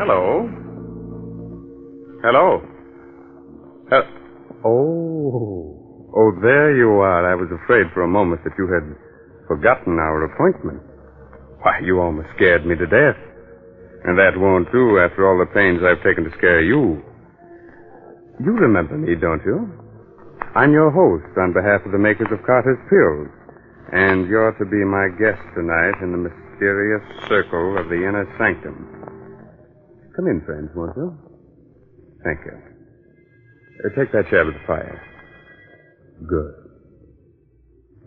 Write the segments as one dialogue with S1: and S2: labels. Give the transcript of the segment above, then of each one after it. S1: Hello. Hello. Hel- oh. Oh, there you are. I was afraid for a moment that you had forgotten our appointment. Why, you almost scared me to death. And that won't do after all the pains I've taken to scare you. You remember me, don't you? I'm your host on behalf of the makers of Carter's Pills. And you're to be my guest tonight in the mysterious circle of the inner sanctum. Come in, friends, won't you? Thank you. Uh, take that chair to the fire. Good.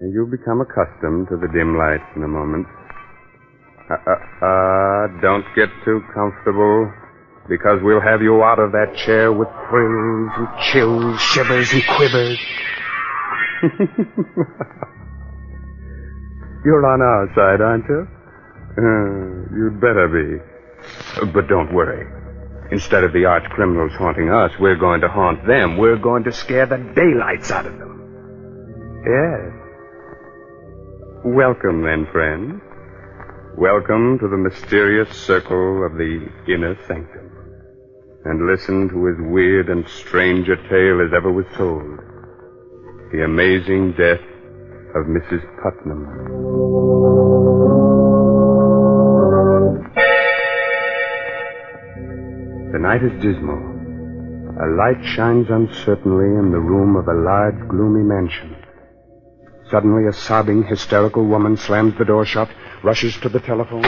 S1: And you'll become accustomed to the dim lights in a moment. Uh, uh, uh, don't get too comfortable, because we'll have you out of that chair with thrills and chills, shivers and quivers. You're on our side, aren't you? Uh, you'd better be. Uh, But don't worry. Instead of the arch criminals haunting us, we're going to haunt them. We're going to scare the daylights out of them. Yes. Welcome, then, friends. Welcome to the mysterious circle of the inner sanctum. And listen to as weird and strange a tale as ever was told. The amazing death of Mrs. Putnam. The night is dismal. A light shines uncertainly in the room of a large, gloomy mansion. Suddenly, a sobbing, hysterical woman slams the door shut, rushes to the telephone.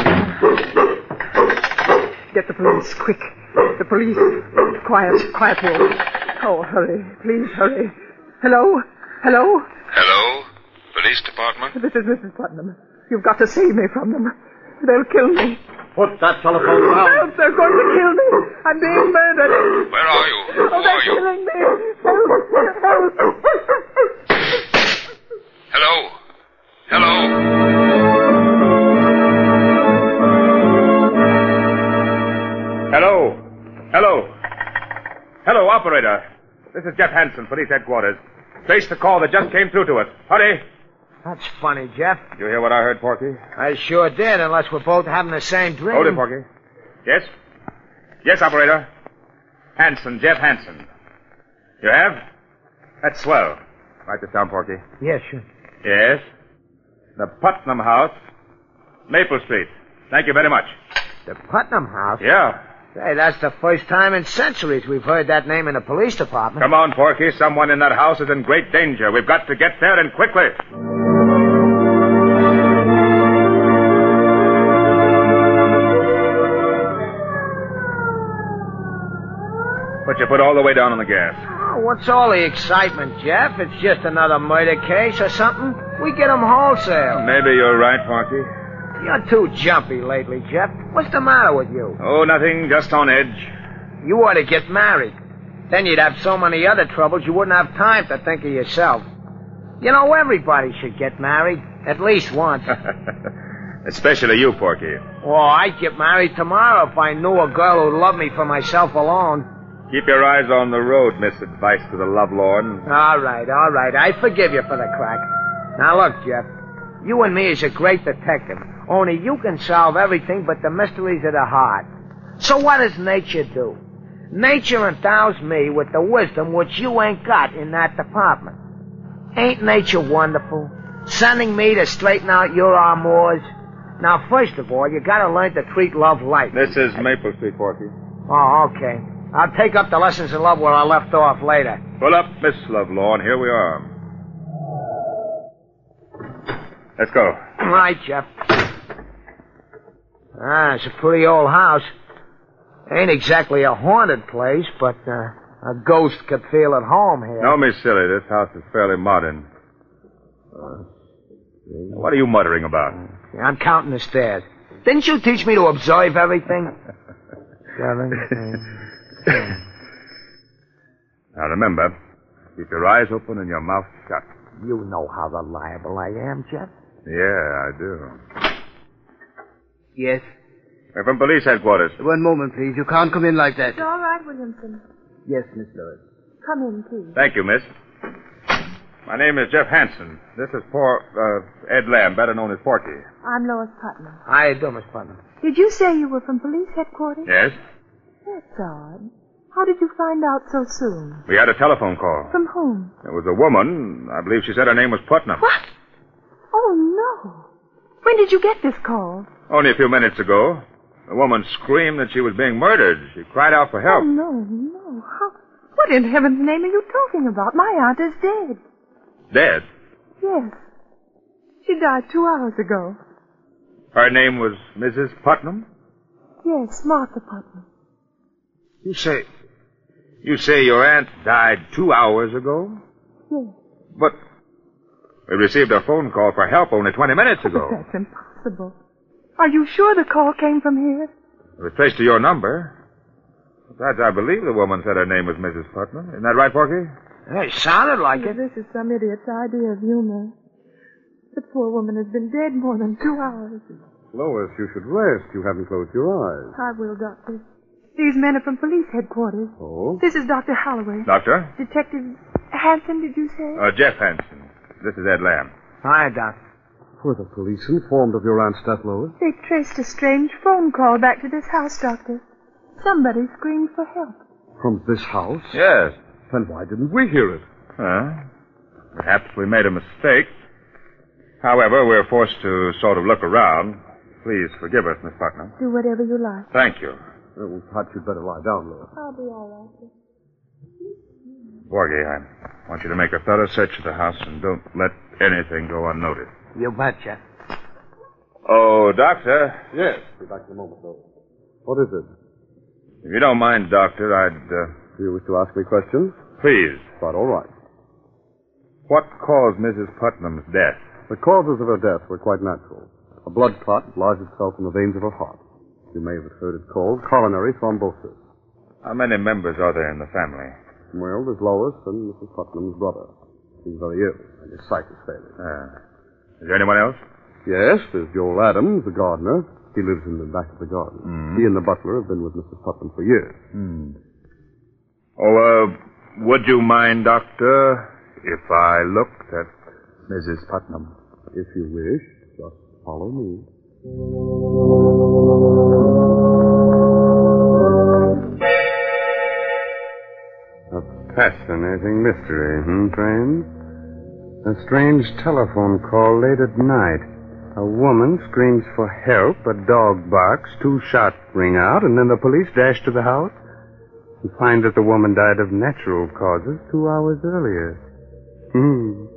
S2: Get the police, quick. The police. Quiet, quiet, Wolf. Oh, hurry. Please hurry. Hello? Hello?
S3: Hello? Police department?
S2: This is Mrs. Putnam. You've got to save me from them. They'll kill me.
S4: Put that telephone down.
S2: Help! They're going to kill me. I'm being murdered.
S3: Where are you? Who
S2: Oh,
S3: are
S2: they're
S3: you?
S2: killing me. Help! Help!
S3: Hello? Hello?
S5: Hello. Hello. Hello, operator. This is Jeff Hanson, police headquarters. Place the call that just came through to us. Hurry.
S4: That's funny, Jeff.
S5: You hear what I heard, Porky?
S4: I sure did, unless we're both having the same dream.
S5: Hold it, Porky. Yes? Yes, operator. Hanson, Jeff Hanson. You have? That's swell. Write this down, Porky.
S4: Yeah, sure.
S5: Yes? The Putnam House, Maple Street. Thank you very much.
S4: The Putnam House?
S5: Yeah.
S4: Hey, that's the first time in centuries we've heard that name in the police department.
S5: Come on, Porky. Someone in that house is in great danger. We've got to get there and quickly. Put your foot all the way down on the gas.
S4: Oh, what's all the excitement, Jeff? It's just another murder case or something. We get 'em wholesale.
S5: Maybe you're right, Porky.
S4: You're too jumpy lately, Jeff. What's the matter with you?
S5: Oh, nothing, just on edge.
S4: You ought to get married. Then you'd have so many other troubles you wouldn't have time to think of yourself. You know, everybody should get married at least once.
S5: Especially you, Porky.
S4: oh, I'd get married tomorrow if I knew a girl who'd love me for myself alone.
S5: Keep your eyes on the road, Miss Advice to the Lovelorn.
S4: All right, all right. I forgive you for the crack. Now, look, Jeff. You and me is a great detective. Only you can solve everything but the mysteries of the heart. So what does nature do? Nature endows me with the wisdom which you ain't got in that department. Ain't nature wonderful? Sending me to straighten out your amours? Now, first of all, you gotta learn to treat love light.
S5: This is Maple Street, Porky.
S4: Oh, okay. I'll take up the lessons in love where I left off later.
S5: Pull up, Miss Lovelorn. Here we are. Let's go.
S4: All right, Jeff. Ah, it's a pretty old house. Ain't exactly a haunted place, but uh, a ghost could feel at home here.
S5: Don't be silly. This house is fairly modern. What are you muttering about?
S4: I'm counting the stairs. Didn't you teach me to observe everything? Seven.
S5: Now remember, keep your eyes open and your mouth shut.
S4: eight. You know how reliable I am, Jeff.
S5: Yeah, I do.
S4: Yes.
S5: We're from police headquarters.
S4: One moment, please. You can't come in like that.
S2: It's all right, Williamson.
S4: Yes, Miss Lewis.
S2: Come in, please.
S5: Thank you, miss. My name is Jeff Hanson. This is poor uh, Ed Lamb, better known as Porky.
S2: I'm Lois Putnam.
S6: How you doing, Miss Putnam?
S2: Did you say you were from police headquarters?
S5: Yes?
S2: That's odd. How did you find out so soon?
S5: We had a telephone call.
S2: From whom?
S5: There was a woman. I believe she said her name was Putnam.
S2: What? Oh, no. When did you get this call?
S5: Only a few minutes ago, the woman screamed that she was being murdered. She cried out for
S2: Oh,
S5: help.
S2: no, no. How? What in heaven's name are you talking about? My aunt is dead.
S5: Dead.
S2: Yes. She died two hours ago.
S5: Her name was Mrs. Putnam?
S2: Yes, Martha Putnam.
S5: You say. You say your aunt died two hours ago?
S2: Yes.
S5: But. We received a phone call for help only 20 minutes ago.
S2: That's impossible. Are you sure the call came from here?
S5: It was traced to your number. Besides, I believe the woman said her name was Mrs. Putnam. Isn't that right, Porky?
S6: It sounded like it.
S2: This is some idiot's idea of humor. The poor woman has been dead more than two hours.
S1: Lois, you should rest. You haven't closed your eyes.
S2: I will, Doctor. These men are from police headquarters.
S1: Oh?
S2: This is Dr. Holloway.
S5: Doctor?
S2: Detective Hanson, did you say?
S5: Uh, Jeff Hanson. This is Ed Lamb.
S6: Hi, Doc.
S4: Were the police informed of your aunt's death, Lois?
S2: They traced a strange phone call back to this house, Doctor. Somebody screamed for help.
S4: From this house?
S5: Yes.
S4: Then why didn't we hear it?
S5: Huh? Perhaps we made a mistake. However, we're forced to sort of look around. Please forgive us, Miss Putnam.
S2: Do whatever you like.
S5: Thank you.
S4: Oh, perhaps you'd better lie down, Lois.
S2: I'll be all right.
S5: Borgie, I want you to make a thorough search of the house and don't let anything go unnoticed.
S6: You betcha.
S5: Oh, Doctor.
S1: Yes. Be back in a moment, Lois. What is it?
S5: If you don't mind, Doctor, I'd. Uh,
S1: Do you wish to ask me questions?
S5: please.
S1: But all right.
S5: What caused Mrs. Putnam's death?
S1: The causes of her death were quite natural. A blood clot lodged itself in the veins of her heart. You may have heard it called coronary thrombosis.
S5: How many members are there in the family?
S1: Well, there's Lois and Mrs. Putnam's brother. He's very ill, and his sight is failing.
S5: Uh, is there anyone else?
S1: Yes, there's Joel Adams, the gardener. He lives in the back of the garden. He and the butler have been with Mrs. Putnam for years.
S5: Oh, uh, would you mind, Doctor, if I looked at Mrs. Putnam?
S1: If you wish, just follow me. A fascinating mystery, hmm, friends? A strange telephone call late at night. A woman screams for help, a dog barks, two shots ring out, and then the police dash to the house and find that the woman died of natural causes two hours earlier. Hmm.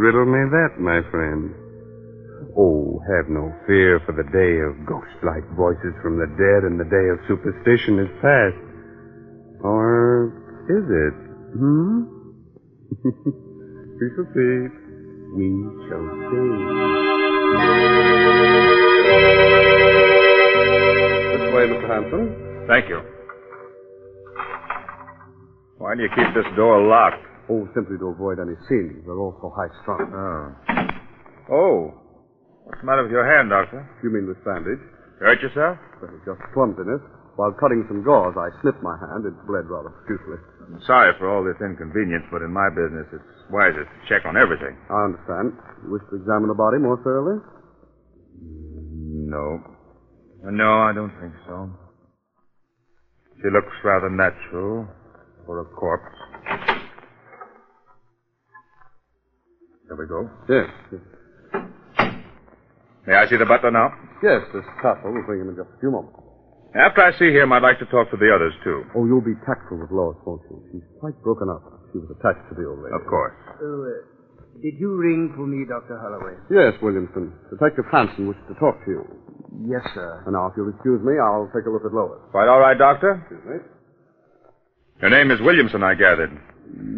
S1: Riddle me that, my friend. Oh, have no fear, for the day of ghost-like voices from the dead and the day of superstition is past. Or is it? Hmm? we shall see. We shall see. This way, Mr. Hanson.
S5: Thank you. Why do you keep this door locked?
S1: Oh, simply to avoid any scenes. They're all so high-strung.
S5: Oh. Oh. What's the matter with your hand, Doctor?
S1: You mean this bandage?
S5: You hurt yourself?
S1: Well, it's just clumsiness. While cutting some gauze, I snipped my hand. It bled rather profusely.
S5: I'm sorry for all this inconvenience, but in my business, it's wiser to check on everything.
S1: I understand. You wish to examine the body more thoroughly?
S5: No. No, I don't think so. She looks rather natural for a corpse. There we go.
S1: Yes. Yes,
S5: May I see the butler now?
S1: yes this Castle will bring him in just a few moments.
S5: After I see him, I'd like to talk to the others, too.
S1: Oh, you'll be tactful with Lois, won't you? She's quite broken up. She was attached to the old lady.
S5: Of course.
S7: uh,
S4: did you ring for me, Dr. Holloway?
S1: Yes, Williamson. Detective Hanson wishes to talk to you.
S4: Yes, sir.
S1: And now, if you'll excuse me, I'll take a look at Lois.
S5: Quite all right, Doctor?
S1: Excuse me?
S5: Your name is Williamson, I gathered.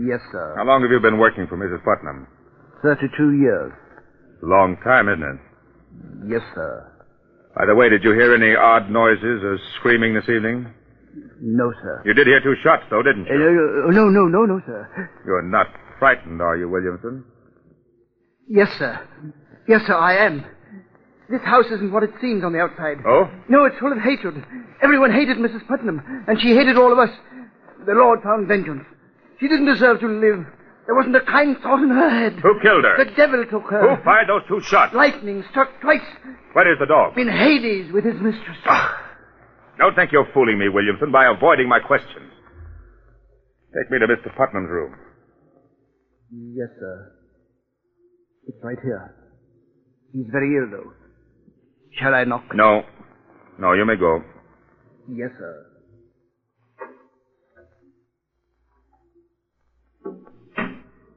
S4: Yes, sir.
S5: How long have you been working for Mrs. Putnam?
S4: 32 years.
S5: It's a long time, isn't it?
S4: Yes, sir.
S5: By the way, did you hear any odd noises or screaming this evening?
S4: No, sir.
S5: You did hear two shots, though, didn't
S4: Uh,
S5: you?
S4: no, no, no, no, sir.
S5: You're not frightened, are you, Williamson?
S4: Yes, sir. Yes, sir, I am.
S7: This house isn't what it seems on the outside.
S5: Oh?
S7: No, it's full of hatred. Everyone hated Mrs. Putnam, and she hated all of us. The Lord found vengeance. She didn't deserve to live. There wasn't a kind thought in her head.
S5: Who killed her?
S7: The devil took her.
S5: Who fired those two shots?
S7: Lightning struck twice
S5: Where is the dog?
S7: in Hades with his mistress.
S5: Don't think you're fooling me, Williamson, by avoiding my question. Take me to Mr. Putnam's room.
S7: Yes, sir. It's right here. He's very ill, though. Shall I knock?
S5: No. No, you may go.
S7: Yes, sir.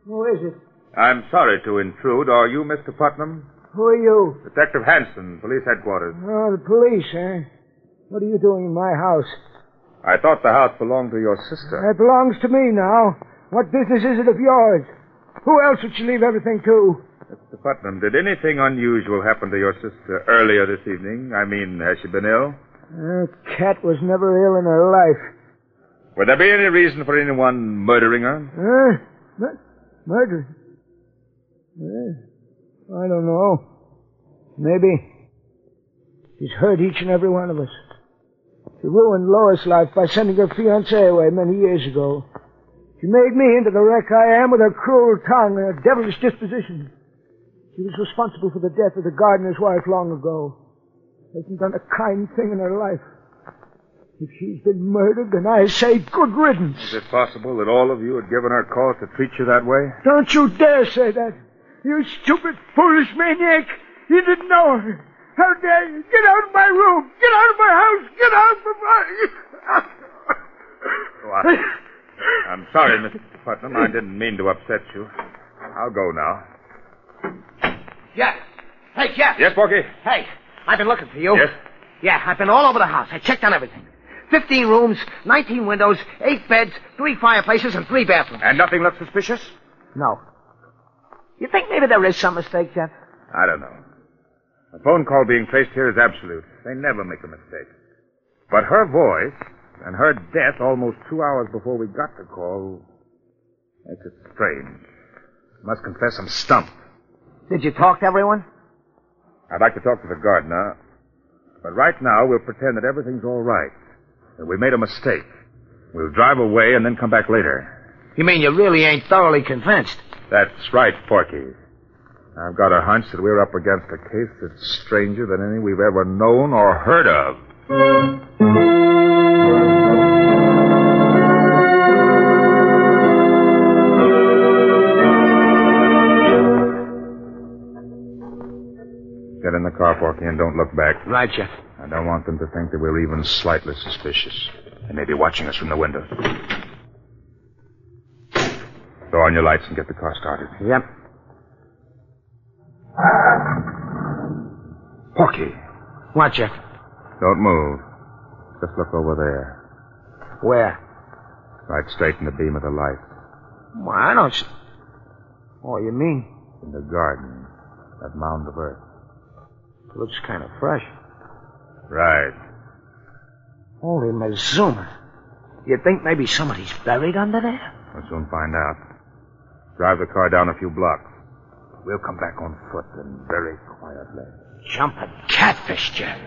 S4: Who is it?
S5: I'm sorry to intrude. Are you Mr. Putnam?
S4: Who are you?
S5: Detective Hanson, police headquarters.
S4: Oh, the police, huh? What are you doing in my house?
S5: I thought the house belonged to your sister.
S4: That belongs to me now. What business is it of yours? Who else would she leave everything to?
S5: Mr. Putnam, did anything unusual happen to your sister earlier this evening? I mean, has she been ill?
S4: Uh, cat was never ill in her life.
S5: Would there be any reason for anyone murdering her?
S4: Huh? Mur- murder? Uh, I don't know. Maybe. She's hurt each and every one of us. She ruined Lois' life by sending her fiancé away many years ago. She made me into the wreck I am with her cruel tongue and her devilish disposition. She was responsible for the death of the gardener's wife long ago. Hasn't done a kind thing in her life. If she's been murdered, then I say good riddance.
S5: Is it possible that all of you had given her cause to treat you that way?
S4: Don't you dare say that. You stupid, foolish maniac. You didn't know her. How dare you? Get out of my room. Oh, Get out of my house. Get out of my...
S5: Oh, I, I'm sorry, Mr. Putnam. I didn't mean to upset you. I'll go now.
S4: Jeff. Hey, Jeff.
S5: Yes, Porky?
S4: Hey, I've been looking for you.
S5: Yes?
S4: Yeah, I've been all over the house. I checked on everything. Fifteen rooms, nineteen windows, eight beds, three fireplaces, and three bathrooms.
S5: And nothing looked suspicious?
S4: No. You think maybe there is some mistake, Jeff?
S5: I don't know. The phone call being placed here is absolute. They never make a mistake. But her voice and her death almost two hours before we got the call makes it strange. Must confess I'm stumped.
S4: Did you talk to everyone?
S5: I'd like to talk to the gardener, but right now we'll pretend that everything's all right. That we made a mistake. We'll drive away and then come back later.
S4: You mean you really ain't thoroughly convinced?
S5: That's right, Porky. I've got a hunch that we're up against a case that's stranger than any we've ever known or heard of. Get in the car, Porky, and don't look back.
S4: Right, Jeff.
S5: I don't want them to think that we're even slightly suspicious. They may be watching us from the window. Throw on your lights and get the car started.
S4: Yep.
S5: Porky.
S4: What, Jeff?
S5: Don't move. Just look over there.
S4: Where?
S5: Right straight in the beam of the light.
S4: Well, I don't. s- Oh, you mean?
S5: In the garden. That mound of earth.
S4: Looks kind of fresh.
S5: Right.
S4: Holy Mazuma. You think maybe somebody's buried under there?
S5: We'll soon find out. Drive the car down a few blocks. We'll come back on foot and very quietly.
S4: Jumping catfish, Jeff.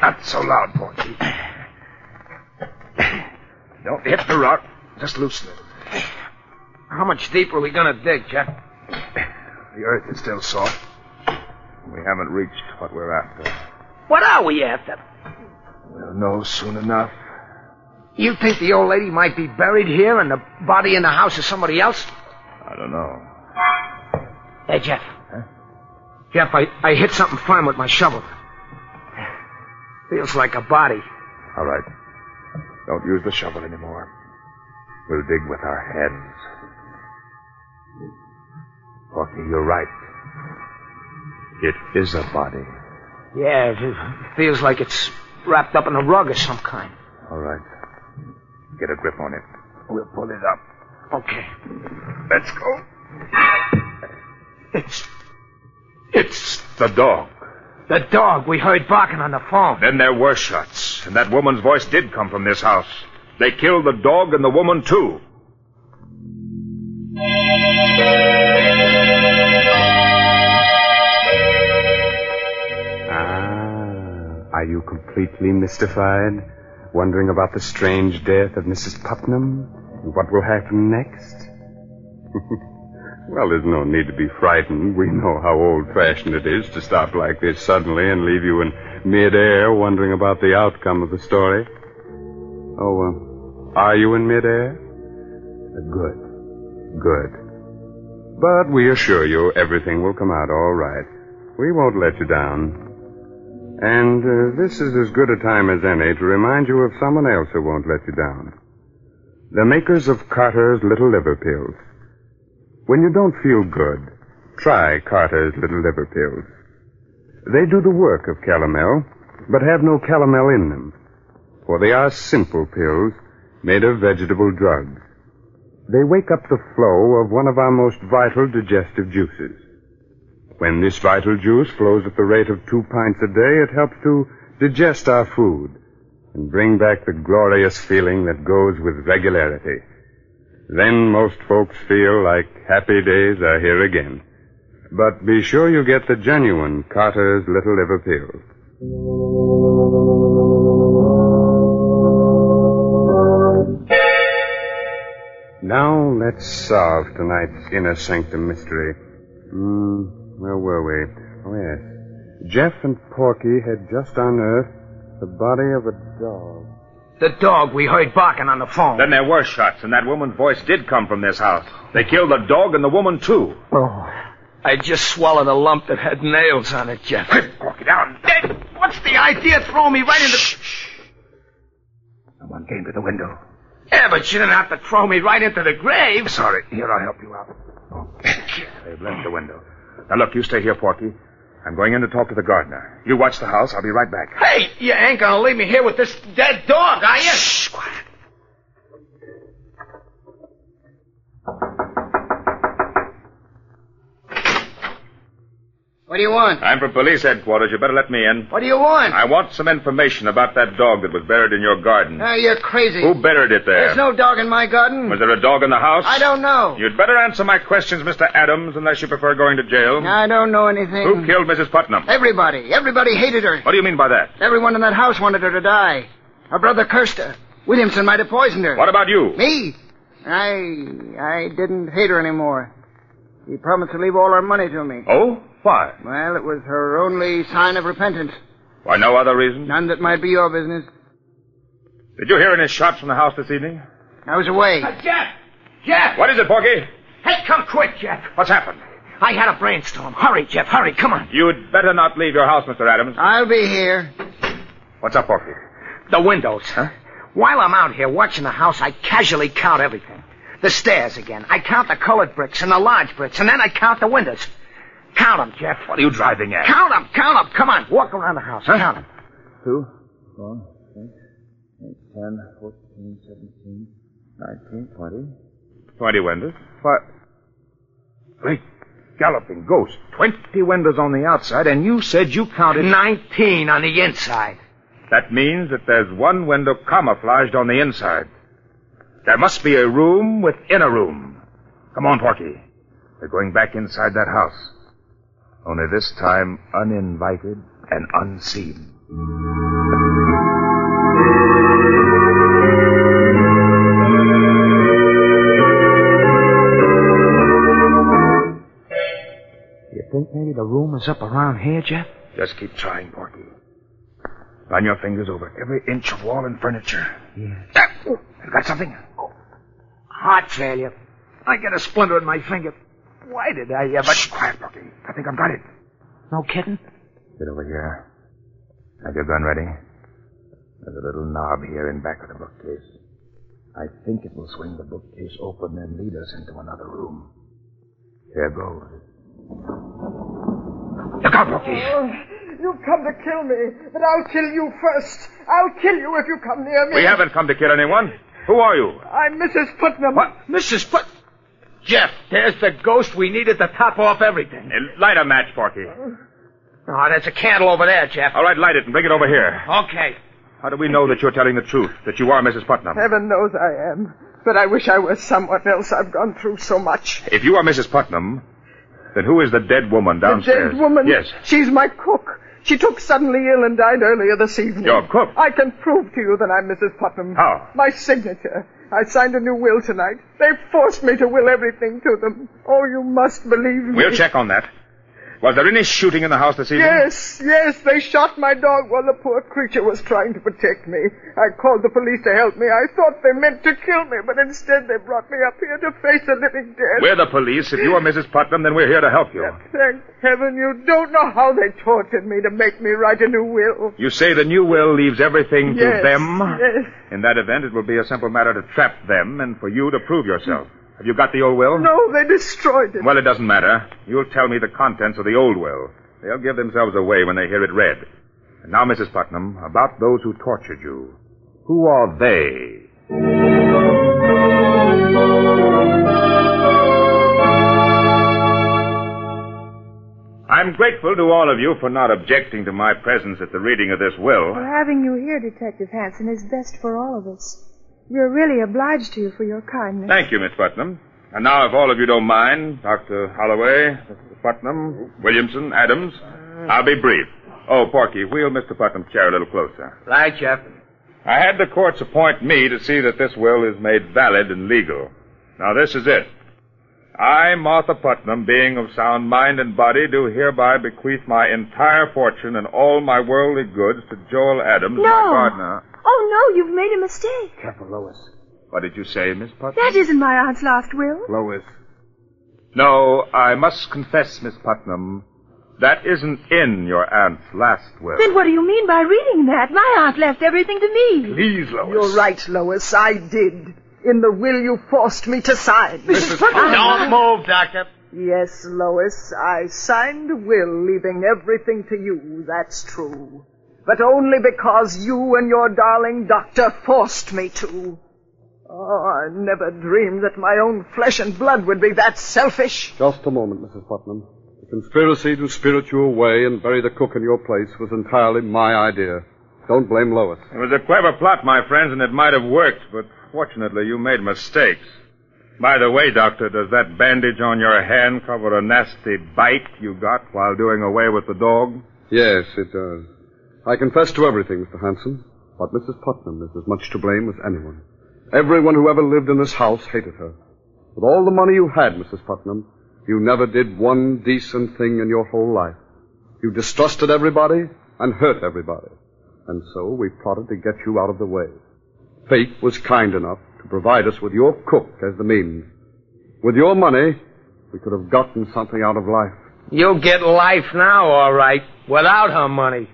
S5: Not so loud, Porky. Don't hit the rock. Just loosen it.
S4: How much deeper are we gonna dig, Jeff?
S5: The earth is still soft. We haven't reached what we're after.
S4: What are we after?
S5: We'll know soon enough.
S4: You think the old lady might be buried here and the body in the house of somebody else?
S5: I don't know.
S4: Hey, Jeff. Jeff, I, I hit something firm with my shovel. Feels like a body.
S5: All right. Don't use the shovel anymore. We'll dig with our hands. Porky, you're right. It is a body.
S4: Yeah, it it feels like it's wrapped up in a rug of some kind.
S5: All right. Get a grip on it. We'll pull it up.
S4: Okay.
S5: Let's go.
S4: It's
S5: It's the dog.
S4: The dog we heard barking on the phone.
S5: Then there were shots, and that woman's voice did come from this house. They killed the dog and the woman, too.
S1: Ah, are you completely mystified? Wondering about the strange death of Mrs. Putnam and what will happen next? well, there's no need to be frightened. We know how old fashioned it is to stop like this suddenly and leave you in midair wondering about the outcome of the story. Oh, uh, are you in midair? Uh, Good. Good. But we assure you everything will come out all right. We won't let you down. And uh, this is as good a time as any to remind you of someone else who won't let you down. The makers of Carter's Little Liver Pills. When you don't feel good, try Carter's Little Liver Pills. They do the work of calomel, but have no calomel in them, for they are simple pills made of vegetable drugs. They wake up the flow of one of our most vital digestive juices. When this vital juice flows at the rate of two pints a day, it helps to digest our food and bring back the glorious feeling that goes with regularity. Then most folks feel like happy days are here again. But be sure you get the genuine Carter's Little Liver Pills. Now let's solve tonight's inner sanctum mystery. Hmm, where were we? Oh, yes. Jeff and Porky had just unearthed the body of a dog.
S4: The dog we heard barking on the phone.
S5: Then there were shots, and that woman's voice did come from this house. They killed the dog and the woman, too.
S4: I just swallowed a lump that had nails on it, Jeff.
S5: Walk it down.
S4: Dead. What's the idea of throwing me right into...
S5: Someone came to the window.
S4: Yeah, but you didn't have to throw me right into the grave.
S5: Sorry. Here, I'll help you out. They've left the window. Now, look, you stay here, Porky. I'm going in to talk to the gardener. You watch the house. I'll be right back.
S4: Hey, you ain't gonna leave me here with this dead dog, are you? Shh, quiet.
S7: What do you want?
S5: I'm from police headquarters. You better let me in.
S7: What do you want?
S5: I want some information about that dog that was buried in your garden.
S7: Now Ah, you're crazy.
S5: Who buried it there?
S7: There's no dog in my garden.
S5: Was there a dog in the house?
S7: I don't know.
S5: You'd better answer my questions, Mr. Adams, unless you prefer going to jail.
S7: I don't know anything.
S5: Who killed Mrs. Putnam?
S7: Everybody. Everybody hated her.
S5: What do you mean by that?
S7: Everyone in that house wanted her to die. Her brother cursed her. Williamson might have poisoned her.
S5: What about you?
S7: Me? I I didn't hate her anymore. She promised to leave all her money to me.
S5: Oh? Why?
S7: Well, it was her only sign of repentance.
S5: Why, no other reason?
S7: None that might be your business.
S5: Did you hear any shots from the house this evening?
S7: I was away.
S4: Jeff! Jeff!
S5: What is it, Porky?
S4: Hey, come quick, Jeff.
S5: What's happened?
S4: I had a brainstorm. Hurry, Jeff, hurry, come on.
S5: You'd better not leave your house, Mr. Adams.
S7: I'll be here.
S5: What's up, Porky?
S4: The windows. Huh? While I'm out here watching the house, I casually count everything. The stairs again. I count the colored bricks and the large bricks, and then I count the windows. Count 'em, Jeff.
S5: What are you driving at?
S4: Count 'em, count 'em. Come on, walk around the house. Count 'em. Count 'em.
S5: Two, four, six, eight, ten, fourteen, seventeen, nineteen, twenty. Twenty windows. What? Great galloping ghost. Twenty windows on the outside, and you said you counted.
S4: Nineteen on the inside.
S5: That means that there's one window camouflaged on the inside. There must be a room within a room. Come on, Porky. We're going back inside that house. Only this time uninvited and unseen.
S4: You think maybe the room is up around here, Jeff?
S5: Just keep trying, Porky. Run your fingers over every inch of wall and furniture. Yeah. You got something?
S4: Heart failure. I got a splinter in my finger. Why did I ever?
S5: Shh, quiet, Porky. I think I've got it.
S4: No kidding.
S5: Get over here. Have your gun ready. There's a little knob here in back of the bookcase. I think it will swing the bookcase open and lead us into another room. Here goes. Look out, Porky.
S2: Oh, You come to kill me, but I'll kill you first. I'll kill you if you come near me. Uh,
S5: We haven't come to kill anyone. Who are you?
S2: I'm Mrs. Putnam.
S4: Mrs. Put. Jeff, there's the ghost we needed to top off everything.
S5: Light a match, Porky.
S4: Oh, there's a candle over there, Jeff.
S5: All right, light it and bring it over here.
S4: Okay.
S5: How do we know that you're telling the truth, that you are Mrs. Putnam?
S2: Heaven knows I am. But I wish I were someone else. I've gone through so much.
S5: If you are Mrs. Putnam, then who is the dead woman
S2: The
S5: downstairs?
S2: dead woman.
S5: Yes.
S2: She's my cook. She took suddenly ill and died earlier this evening.
S5: Your cook?
S2: I can prove to you that I'm Mrs. Putnam.
S5: How?
S2: My signature. I signed a new will tonight. They forced me to will everything to them. Oh, you must believe me.
S5: We'll check on that. Was there any shooting in the house this evening?
S2: Yes, yes, they shot my dog while the poor creature was trying to protect me. I called the police to help me. I thought they meant to kill me, but instead they brought me up here to face the living death.
S5: We're the police. If you are Mrs. Putnam, then we're here to help you.
S2: Thank heaven you don't know how they tortured me to make me write a new will.
S5: You say the new will leaves everything to
S2: Yes,
S5: them?
S2: yes.
S5: In that event, it will be a simple matter to trap them and for you to prove yourself. Have you got the old will?
S2: No, they destroyed it.
S5: Well, it doesn't matter. You'll tell me the contents of the old will. They'll give themselves away when they hear it read. And now, Mrs. Putnam, about those who tortured you. Who are they? I'm grateful to all of you for not objecting to my presence at the reading of this will.
S8: Well, having you here, Detective Hanson, is best for all of us. We're really obliged to you for your kindness.
S5: Thank you, Miss Putnam. And now, if all of you don't mind, Dr. Holloway, Mr. Putnam, Williamson, Adams, I'll be brief. Oh, Porky, wheel Mr. Putnam's chair a little closer.
S4: Right, Jeff.
S5: I had the courts appoint me to see that this will is made valid and legal. Now, this is it. I, Martha Putnam, being of sound mind and body, do hereby bequeath my entire fortune and all my worldly goods to Joel Adams, my
S8: No.
S5: gardener.
S8: Oh, no, you've made a mistake.
S4: Careful, Lois.
S5: What did you say, Miss Putnam?
S8: That isn't my aunt's last will.
S5: Lois. No, I must confess, Miss Putnam, that isn't in your aunt's last will.
S8: Then what do you mean by reading that? My aunt left everything to me.
S5: Please, Lois.
S2: You're right, Lois. I did. In the will you forced me to sign. Mrs. Putnam.
S4: Don't move, Doctor.
S2: Yes, Lois, I signed a will leaving everything to you. That's true. But only because you and your darling doctor forced me to. Oh, I never dreamed that my own flesh and blood would be that selfish.
S1: Just a moment, Mrs. Putnam. The conspiracy to spirit you away and bury the cook in your place was entirely my idea. Don't blame Lois.
S5: It was a clever plot, my friends, and it might have worked, but fortunately you made mistakes. By the way, Doctor, does that bandage on your hand cover a nasty bite you got while doing away with the dog?
S1: Yes, it does. I confess to everything, Mr. Hanson, but Mrs. Putnam is as much to blame as anyone. Everyone who ever lived in this house hated her. With all the money you had, Mrs. Putnam, you never did one decent thing in your whole life. You distrusted everybody and hurt everybody. And so we plotted to get you out of the way. Fate was kind enough to provide us with your cook as the means. With your money, we could have gotten something out of life.
S4: You'll get life now, all right, without her money.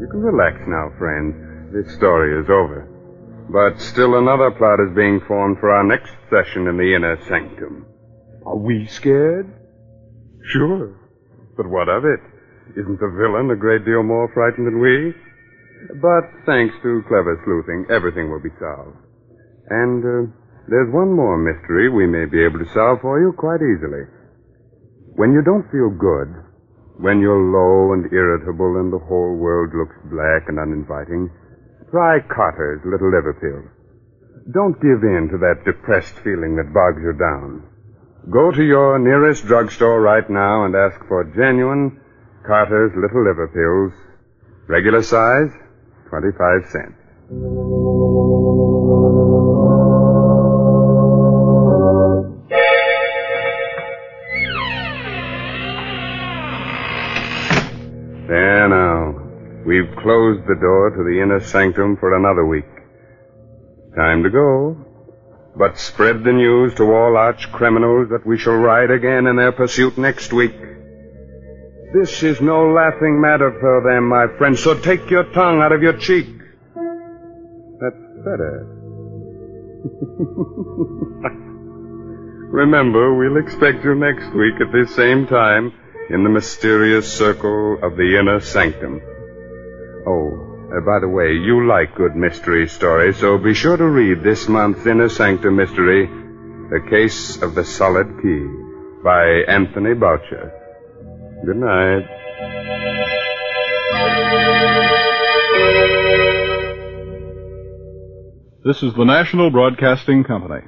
S9: You can relax now, friend. This story is over. But still another plot is being formed for our next session in the inner sanctum. Are we scared? Sure. But what of it? Isn't the villain a great deal more frightened than we? But thanks to clever sleuthing, everything will be solved. And uh, there's one more mystery we may be able to solve for you quite easily. When you don't feel good, when you're low and irritable and the whole world looks black and uninviting, try Carter's Little Liver Pill. Don't give in to that depressed feeling that bogs you down. Go to your nearest drugstore right now and ask for genuine Carter's Little Liver Pills. Regular size, 25 cents. There now. We've closed the door to the inner sanctum for another week. Time to go. But spread the news to all arch criminals that we shall ride again in their pursuit next week. This is no laughing matter for them, my friend, so take your tongue out of your cheek. That's better. Remember, we'll expect you next week at this same time in the mysterious circle of the inner sanctum. Oh,
S5: Uh, by the way, you like good mystery stories, so be sure to read this month's Inner Sanctum Mystery, The Case of the Solid Key, by Anthony Boucher. Good night.
S10: This is the National Broadcasting Company.